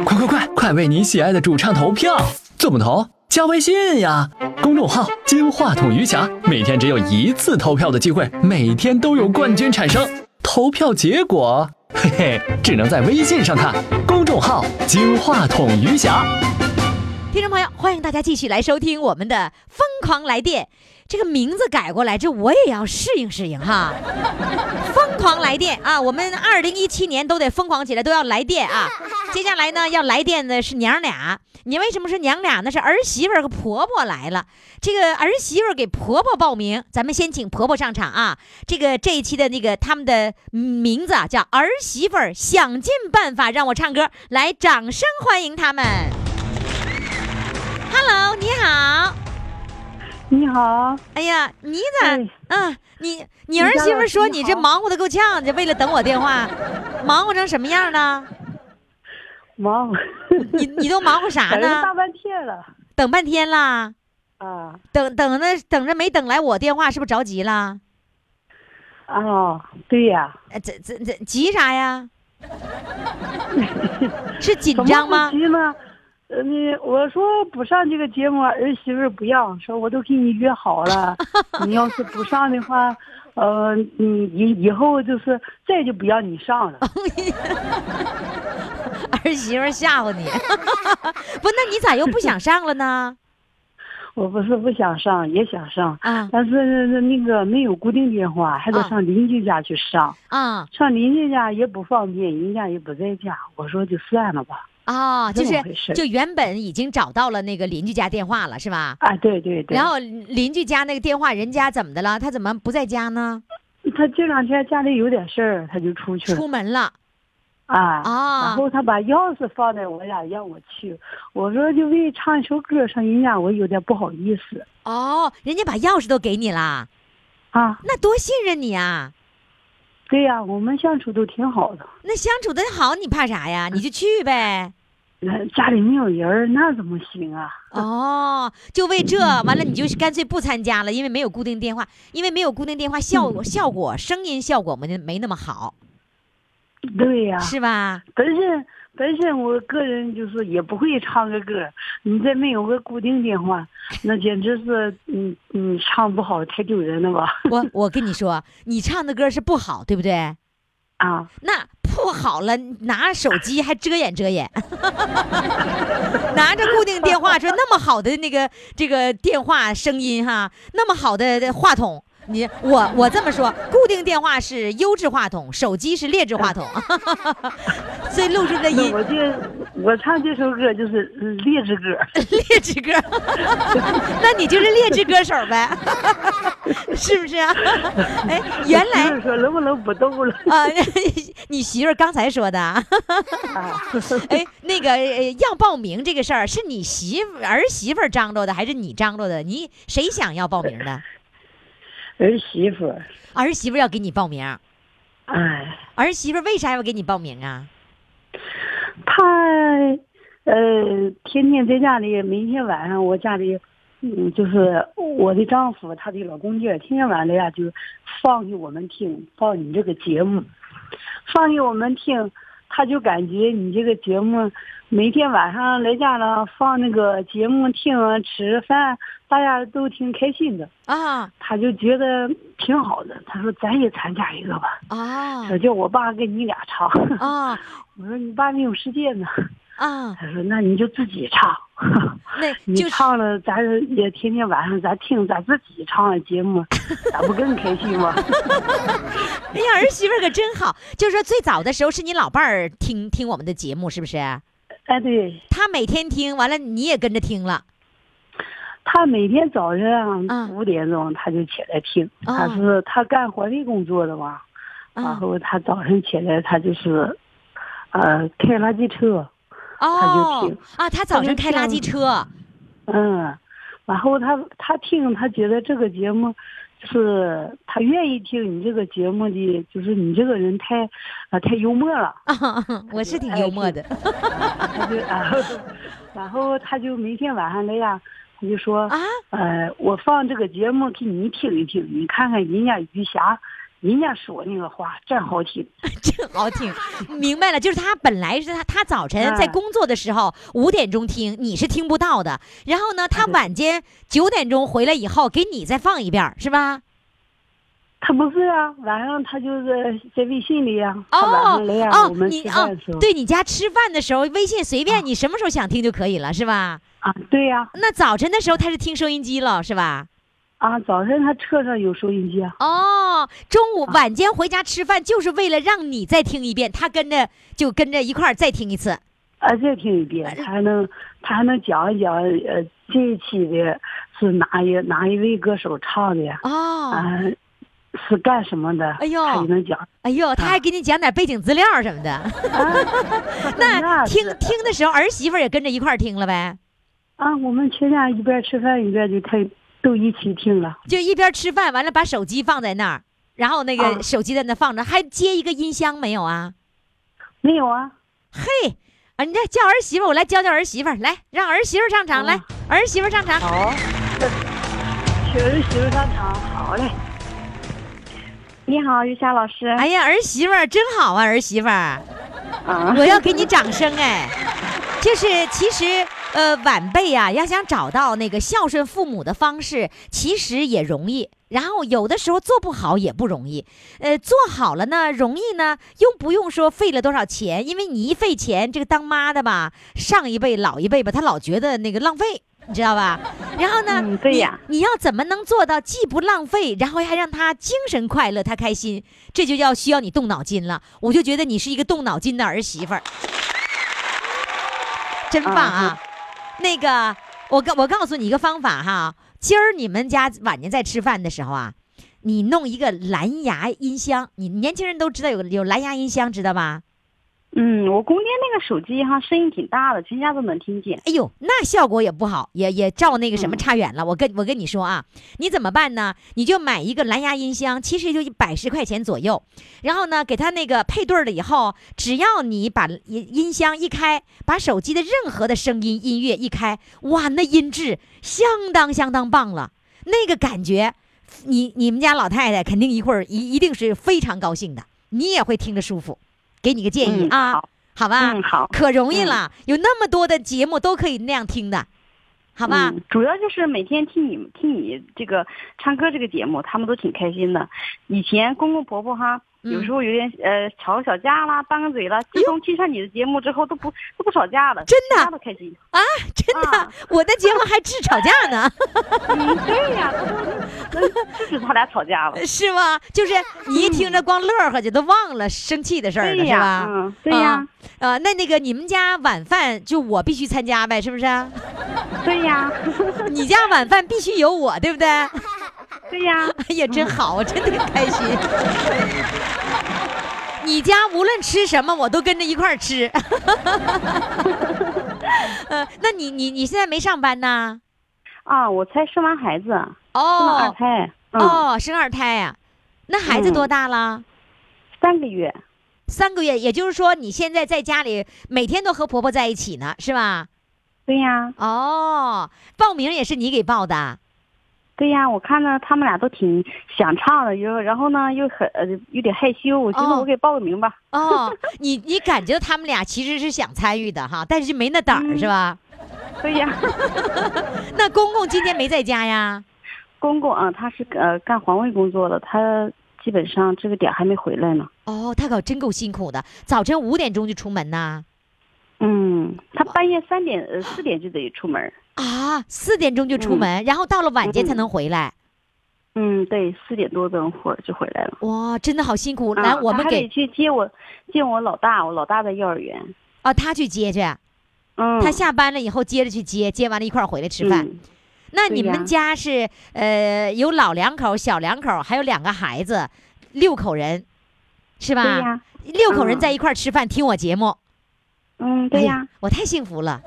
C: 快快快，快为你喜爱的主唱投票！怎么投？加微信呀，公众号“金话筒余霞”，每天只有一次投票的机会，每天都有冠军产生。投票结果，嘿嘿，只能在微信上看。公众号“金话筒余霞”。
A: 听众朋友，欢迎大家继续来收听我们的《疯狂来电》。这个名字改过来，这我也要适应适应哈。疯狂来电啊，我们二零一七年都得疯狂起来，都要来电啊。接下来呢，要来电的是娘俩。你为什么是娘俩呢？是儿媳妇儿和婆婆来了。这个儿媳妇儿给婆婆报名，咱们先请婆婆上场啊。这个这一期的那个他们的名字啊，叫儿媳妇儿想尽办法让我唱歌，来，掌声欢迎他们。
I: 你好，
A: 哎呀，你咋
I: 哎
A: 啊？你你儿媳妇儿说你这忙活的够呛，这为了等我电话， 忙活成什么样呢？
I: 忙，
A: 你你都忙活啥
I: 等了
A: 呢？
I: 大半天了
A: 等半天啦，
I: 啊
A: 等等那等着没等来我电话，是不是着急了？
I: 啊！对呀，
A: 呃，这这这急啥 呀？是紧
I: 怎
A: 张
I: 么
A: 吗
I: 不？急呢？呃，你我说不上这个节目，儿媳妇儿不让，说我都给你约 好了，你要是不上的话，呃，你以以后就是再就不让你上 了。
A: 儿媳妇儿吓唬你， 不，那你咋又不想上了呢？
I: 我不是不想上，也想上，
A: 啊
I: 但是那个没有固定电话，还得
A: 啊
I: 上邻居家去上。
A: 啊
I: 上邻居家也不方便，人家也不在家，我说就算了吧。
A: 啊！就
I: 这么
A: 是
I: 回事
A: 就原本已经找到了那个邻居家电话了，是吧？
I: 啊，对对对。
A: 然后邻居家那个电话，人家怎么的了？他怎么不在家呢？
I: 他这两天家里有点事儿，他就出去了
A: 出门了
I: 啊。然
A: 啊！
I: 后他把钥匙放在我俩，让我去。我说就为唱一首歌上人啊家，我有点不好意思
A: 哦，人家把钥匙都给你啦，
I: 啊。
A: 那多信任你啊！
I: 对呀、我们相处都挺好的。
A: 那相处的好，你怕啥呀？你就去呗。
I: 那家里没有人儿，那怎么行啊？
A: 哦，就为这完了，你就干脆不参加了，因为没有固定电话，因为没有固定电话，效果效果声音效果没那没那么好，
I: 对
H: 啊
I: 呀、
A: 是吧？
I: 本身本身我个人就是也不会唱个歌，你再没有个固定电话，那简直是嗯嗯唱不好太丢人了吧？
A: 我我跟你说，你唱的歌是不好，对不对？
I: 啊，
A: 那不好了，拿手机还遮掩遮掩， 拿着固定电话说那么好的那个这个电话声音哈，那么好的话筒，你我我这么说，固定电话是优质话筒，手机是劣质话筒， 所以露出的
I: 那
A: 音
I: 我这我唱这首歌就是励志歌，
A: 劣质歌， 那你就是劣质歌手呗， 是不是啊？ 哎，原来
I: 就是说能不能不逗了
A: 啊， 你媳妇儿刚才说的啊，
I: 啊？
A: 哎，那个呃要报名这个事儿，是你媳妇儿媳妇儿张罗的，还是你张罗的？你谁想要报名的？
I: 儿媳妇儿，
A: 儿媳妇儿要给你报名，
I: 哎，
A: 儿媳妇儿为啥要给你报名啊？
I: 她呃天天在家里，每天晚上我家里。嗯，就是我的丈夫，他的老公家，天天晚上在家就放给我们听，放你这个节目，放给我们听，他就感觉你这个节目每天晚上来家了放那个节目听啊，吃饭，大家都挺开心的，
A: 啊
I: 他就觉得挺好的。他说咱也参加一个吧，
A: 啊
I: 他叫我爸跟你俩唱。
A: 啊
I: 我说你爸没有时间呢，
A: 啊！
I: 他说那你就自己唱。
A: 那
I: 你
A: 就是
I: 唱了，咱也天天晚上咱听咱自己唱的 节目，咱不更开心吗？
A: 哎呀，儿媳妇儿可真好。就是说，最早的时候是你老伴儿听听我们的节目，是不是？
I: 哎，对
A: 他每天听完了，你也跟着听了。
I: 他每天早上
A: 嗯
I: 五点钟他就起来听，
A: 哦
I: 他是他干环卫工作的嘛，然
A: 啊
I: 后他早上起来他就是，呃，开垃圾车，他就
A: 哦
I: 听
A: 啊，他早
I: 他
A: 上
I: 就
A: 开垃圾
I: 听
A: 车
I: 嗯，然后他他听他觉得这个节目。就是他愿意听你这个节目的，就是你这个人太，啊、太幽默 了。
A: 啊，我是挺
I: 哎
A: 幽默
I: 是
A: 的。
I: 他就 啊，然后他就每天晚上来呀，他就说
A: 啊，
I: 呃，我放这个节目给你听一听，你看看人家余霞，人家说那个话真好听。
A: 真好听，明白了，就是他本来是他他早晨在
I: 嗯
A: 工作的时候五点钟听，你是听不到的。然后呢，他
I: 啊
A: 晚间九点钟回来以后，给你再放一遍儿，是吧？
I: 他不是啊，晚上他就是在微信里呀、他啊晚
A: 哦
I: 上来呀、
A: 哦
I: 我，们
A: 你
I: 吃
A: 哦
I: 饭的时候，，
A: 对你家吃饭的时候，微信随便你什么时候想听就可以了，是吧？
I: 啊，对呀、
A: 那早晨的时候他是听收音机了，是吧？
I: 啊，早晨他车上有收音机啊，
A: 哦，中午晚间回家吃饭就是为了让你再听一遍，他跟着就跟着一块儿再听一次。
I: 啊，再听一遍，他还能他还能讲一讲，呃，这一期的是哪一哪一位歌手唱的呀？
A: 哦，
I: 啊，是干什么的？
A: 哎呦
I: 他也能讲。
A: 哎呦，
I: 啊
A: 他还给你讲点背景资料什么的。那
I: 那
A: 听
I: 是
A: 听的时候，儿媳妇儿也跟着一块儿听了呗。
I: 啊，我们全家一边吃饭一边就开
H: 都一起听了。
A: 就一边吃饭，完了把手机放在那儿，然后那个
H: 啊
A: 手机在那放着，还接一个音箱没有啊？
H: 没有啊？
A: 嘿，啊，你这叫儿媳妇，我来教教儿媳妇儿，来让儿媳妇儿上场，来儿媳妇儿上场。
H: 好，去儿媳妇上场，好嘞。你好，于霞老师。
A: 哎呀，儿媳妇儿真好啊，儿媳妇儿，
H: 啊，
A: 我要给你掌声哎！ 就是其实，呃，晚辈啊，要想找到那个孝顺父母的方式，其实也容易。然后有的时候做不好也不容易，呃，做好了呢容易呢，又不用说费了多少钱，因为你一费钱，这个当妈的吧，上一辈老一辈吧，他老觉得那个浪费，你知道 吧？然后呢，
H: 嗯对呀
A: 你，你要怎么能做到既不浪费，然后还让他精神快乐，他开心，这就要需要你动脑筋了。我就觉得你是一个动脑筋的儿媳妇儿。真棒啊！那个，我告我告诉你一个方法哈，今儿你们家晚年在吃饭的时候啊，你弄一个蓝牙音箱，你年轻人都知道有有蓝牙音箱，知道吧？
H: 嗯，我公爹那个手机哈，声音挺大的，全家都能听见。
A: 哎呦，那效果也不好，也也照那个
H: 嗯
A: 什么差远了。我跟我跟你说啊，你怎么办呢？你就买一个蓝牙音箱，其实就一百十块钱左右。然后呢，给它那个配对儿了以后，只要你把音音箱一开，把手机的任何的声音音乐一开，哇，那音质相当相当棒了，那个感觉，你你们家老太太肯定一会儿一一定是非常高兴的，你也会听着舒服。给你个建议
H: 嗯
A: 啊，
H: 好
A: 好吧？
H: 嗯好
A: 可容易了，有那么多的节目都可以那样听的，好吧？
H: 嗯，主要就是每天听你听你这个唱歌这个节目，他们都挺开心的。以前公公婆婆哈，
A: 嗯哎
H: 有时候有点呃吵个小架啦，拌个嘴啦，自从听上你的节目之后，都不都不吵架了，
A: 真的
H: 大家都开心。
A: 啊， 真的，
H: 啊
A: 我的节目还治吵架 呢，
H: 嗯，对呀、都都制止他俩吵架了。
A: 是吗？就是你一听着光乐呵去，都忘了生气的事哎儿了，
H: 嗯对呀
A: 是吧？
H: 嗯对呀
A: 啊呃，那那个你们家晚饭就我必须参加呗，是不是？
H: 嗯对呀、
A: 嗯 你家晚饭必须有我，对不对？哎
H: 对呀、
A: 呀，真好，我真的开心。 你家无论吃什么，我都跟着一块儿吃。 呃，那你你你现在没上班呐？
H: 啊，我才生完孩子，生了二
A: 哦
H: 胎，嗯，
A: 哦，生二胎呀、那孩子多大了？
H: 三个月。
A: 三个月，也就是说你现在在家里每天都和婆婆在一起呢，是吧？
H: 对呀、
A: 哦，报名也是你给报的，
H: 对呀、我看着他们俩都挺想唱的，又然后呢又很呃有点害羞，我寻思
A: 哦
H: 我给报个名吧。
A: 哦，你你感觉他们俩其实是想参与的哈，但是就没那胆儿、是吧？
H: 对呀、
A: 那公公今天没在家呀？
H: 公公啊，他是呃干环卫工作的，他基本上这个点儿还没回来呢。
A: 哦，他可真够辛苦的，早晨五点钟就出门呐。
H: 嗯，他半夜三点呃四点就得出门儿。
A: 啊，四点钟就出门，然后到了晚间才能回来。
H: 嗯，对，四点多钟会儿就回来了。
A: 哇，真的好辛苦！
H: 啊
A: 来，我
H: 他
A: 们
H: 还
A: 给
H: 得去接我，接我老大，我老大在幼儿园。
A: 啊，他去接去，
H: 嗯，
A: 他下班了以后接着去接，接完了一块儿回来吃饭。
H: 嗯
A: 那
H: 对
A: 你
H: 呀
A: 们家是呃有老两口、小两口，还有两个孩子，六口人，是吧？
H: 对呀
A: 六口人
H: 嗯
A: 在一块儿吃饭，听我节目。
H: 嗯，对
A: 哎
H: 呀、
A: 我太幸福了。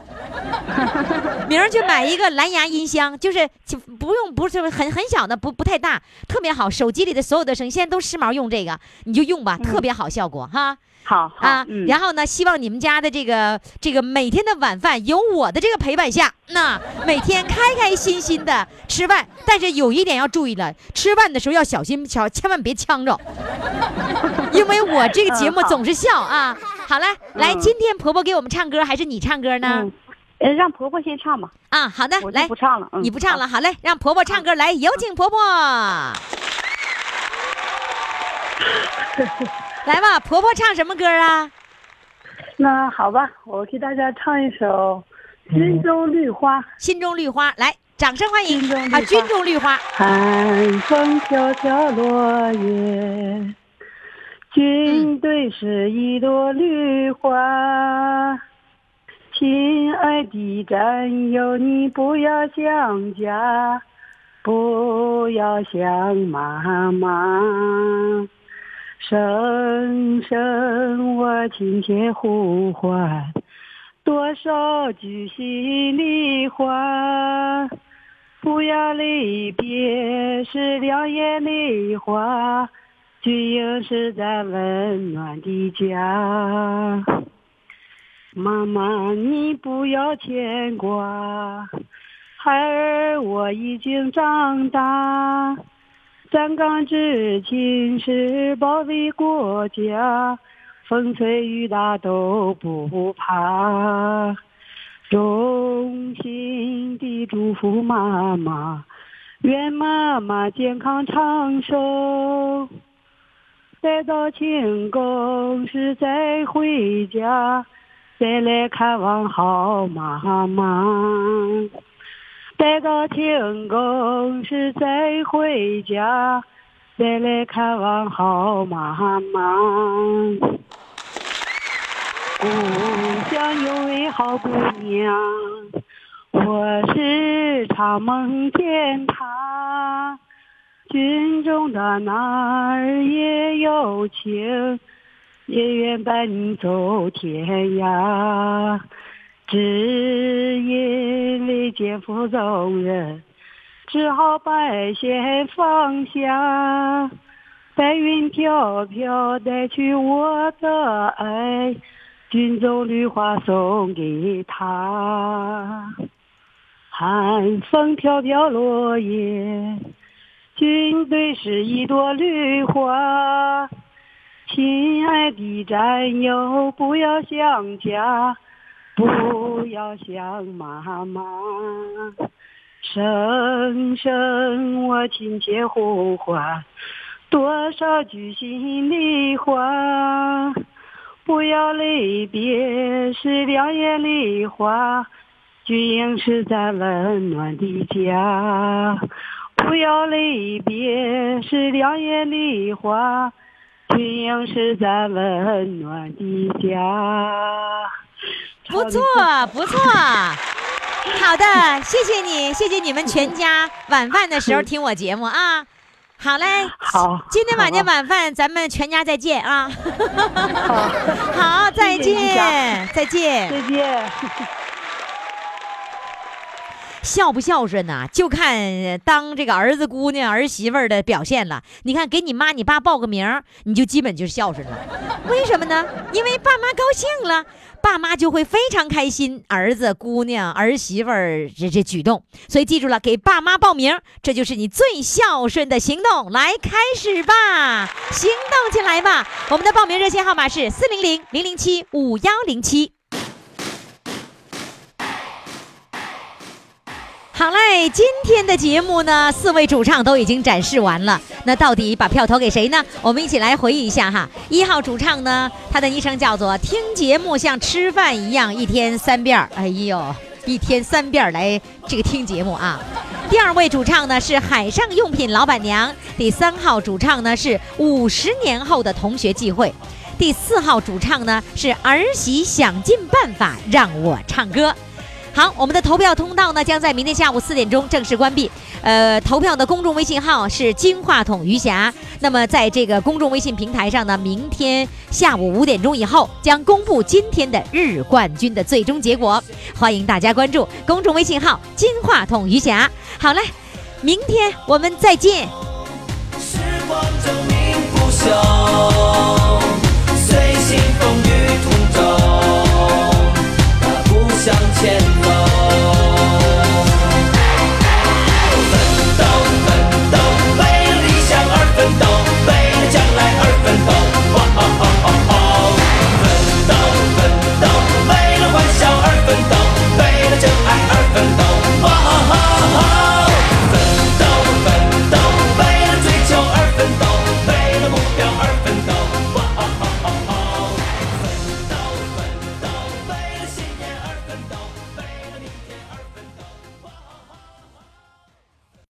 A: 明儿去买一个蓝牙音箱，就是就不用不是很很小的，不不太大，特别好。手机里的所有的声音现在都时髦用这个，你就用吧，
H: 嗯
A: 特别好效果哈
H: 好好
A: 啊。
H: 嗯，
A: 然后呢，希望你们家的这个这个每天的晚饭有我的这个陪伴下，那每天开开心心的吃饭。但是有一点要注意了，吃饭的时候要小心，小千万别呛着， 因为我这个节目
H: 嗯好
A: 总是笑啊。好了，来，
H: 嗯
A: 今天婆婆给我们唱歌还是你唱歌呢？
H: 嗯，呃，让婆婆先唱吧，
A: 啊，好的
H: 我，就
A: 来
H: 不，唱了。嗯、
A: 你不唱了，好嘞，让婆婆唱歌来，有请 婆婆。来吧，婆婆唱什么歌啊？
I: 那好吧，我给大家唱一首《心中绿花》。
A: 心中绿花，来，掌声欢迎
I: 心中绿
A: 啊！
I: 花
A: 军中绿花，
I: 寒风飘飘落叶，军队是一朵绿花。亲爱的战友，你不要想家，不要想妈妈。声声我亲切呼唤，多少句心里话。不要离别是两眼泪花，军营是咱温暖的家。妈妈，你不要牵挂，孩儿我已经长大。站岗执勤是保卫国家，风吹雨打都不怕。衷心地祝福妈妈，愿妈妈健康长寿。再到庆功时再回家，再来看望好妈妈。待到庆功时再回家，再来看望好妈妈。故乡有位好姑娘，我时常梦见她。军中的男儿也有情，也愿伴你走天涯。只因为肩负重任，只好把线放下。白云飘飘，带去我的爱，军中绿花送给她。寒风飘飘落叶，军队是一朵绿花。亲爱的战友，不要想家。不要想妈妈，声声我亲切呼唤，多少句心里话。不要泪别是两眼泪花，军营是咱温暖的家。不要泪别是两眼泪花，军营是咱温暖的家。
A: 不错，不错。好的，谢谢你，谢谢你们全家晚饭的时候听我节目啊。好嘞，
I: 好
A: 今天晚间
I: 好吧
A: 晚饭咱们全家再见啊。好，再
I: 谢谢一
A: 见，再见。
I: 再见。
A: 孝不孝顺呐、就看呃当这个儿子、姑娘、儿媳妇儿的表现了。你看，给你妈、你爸报个名儿，你就基本就是孝顺了。为什么呢？因为爸妈高兴了，爸妈就会非常开心。儿子、姑娘、儿媳妇儿这这举动，所以记住了，给爸妈报名，这就是你最孝顺的行动。来，开始吧，行动起来吧！我们的报名热线号码是四零零零零七五幺零七。好嘞，今天的节目呢，四位主唱都已经展示完了。那到底把票投给谁呢？我们一起来回忆一下哈。一号主唱呢，他的昵称叫做“听节目像吃饭一样，一天三遍儿”。哎呦，一天三遍儿来这个听节目啊。第二位主唱呢是海上用品老板娘，第三号主唱呢是五十年后的同学聚会，第四号主唱呢是儿媳想尽办法让我唱歌。好，我们的投票通道呢将在明天下午四点钟正式关闭。呃，投票的公众微信号是金话筒余霞。那么在这个公众微信平台上呢，明天下午五点钟以后将公布今天的日冠军的最终结果，欢迎大家关注公众微信号金话筒余霞。好嘞，明天我们再见。
J: 时光证明不朽。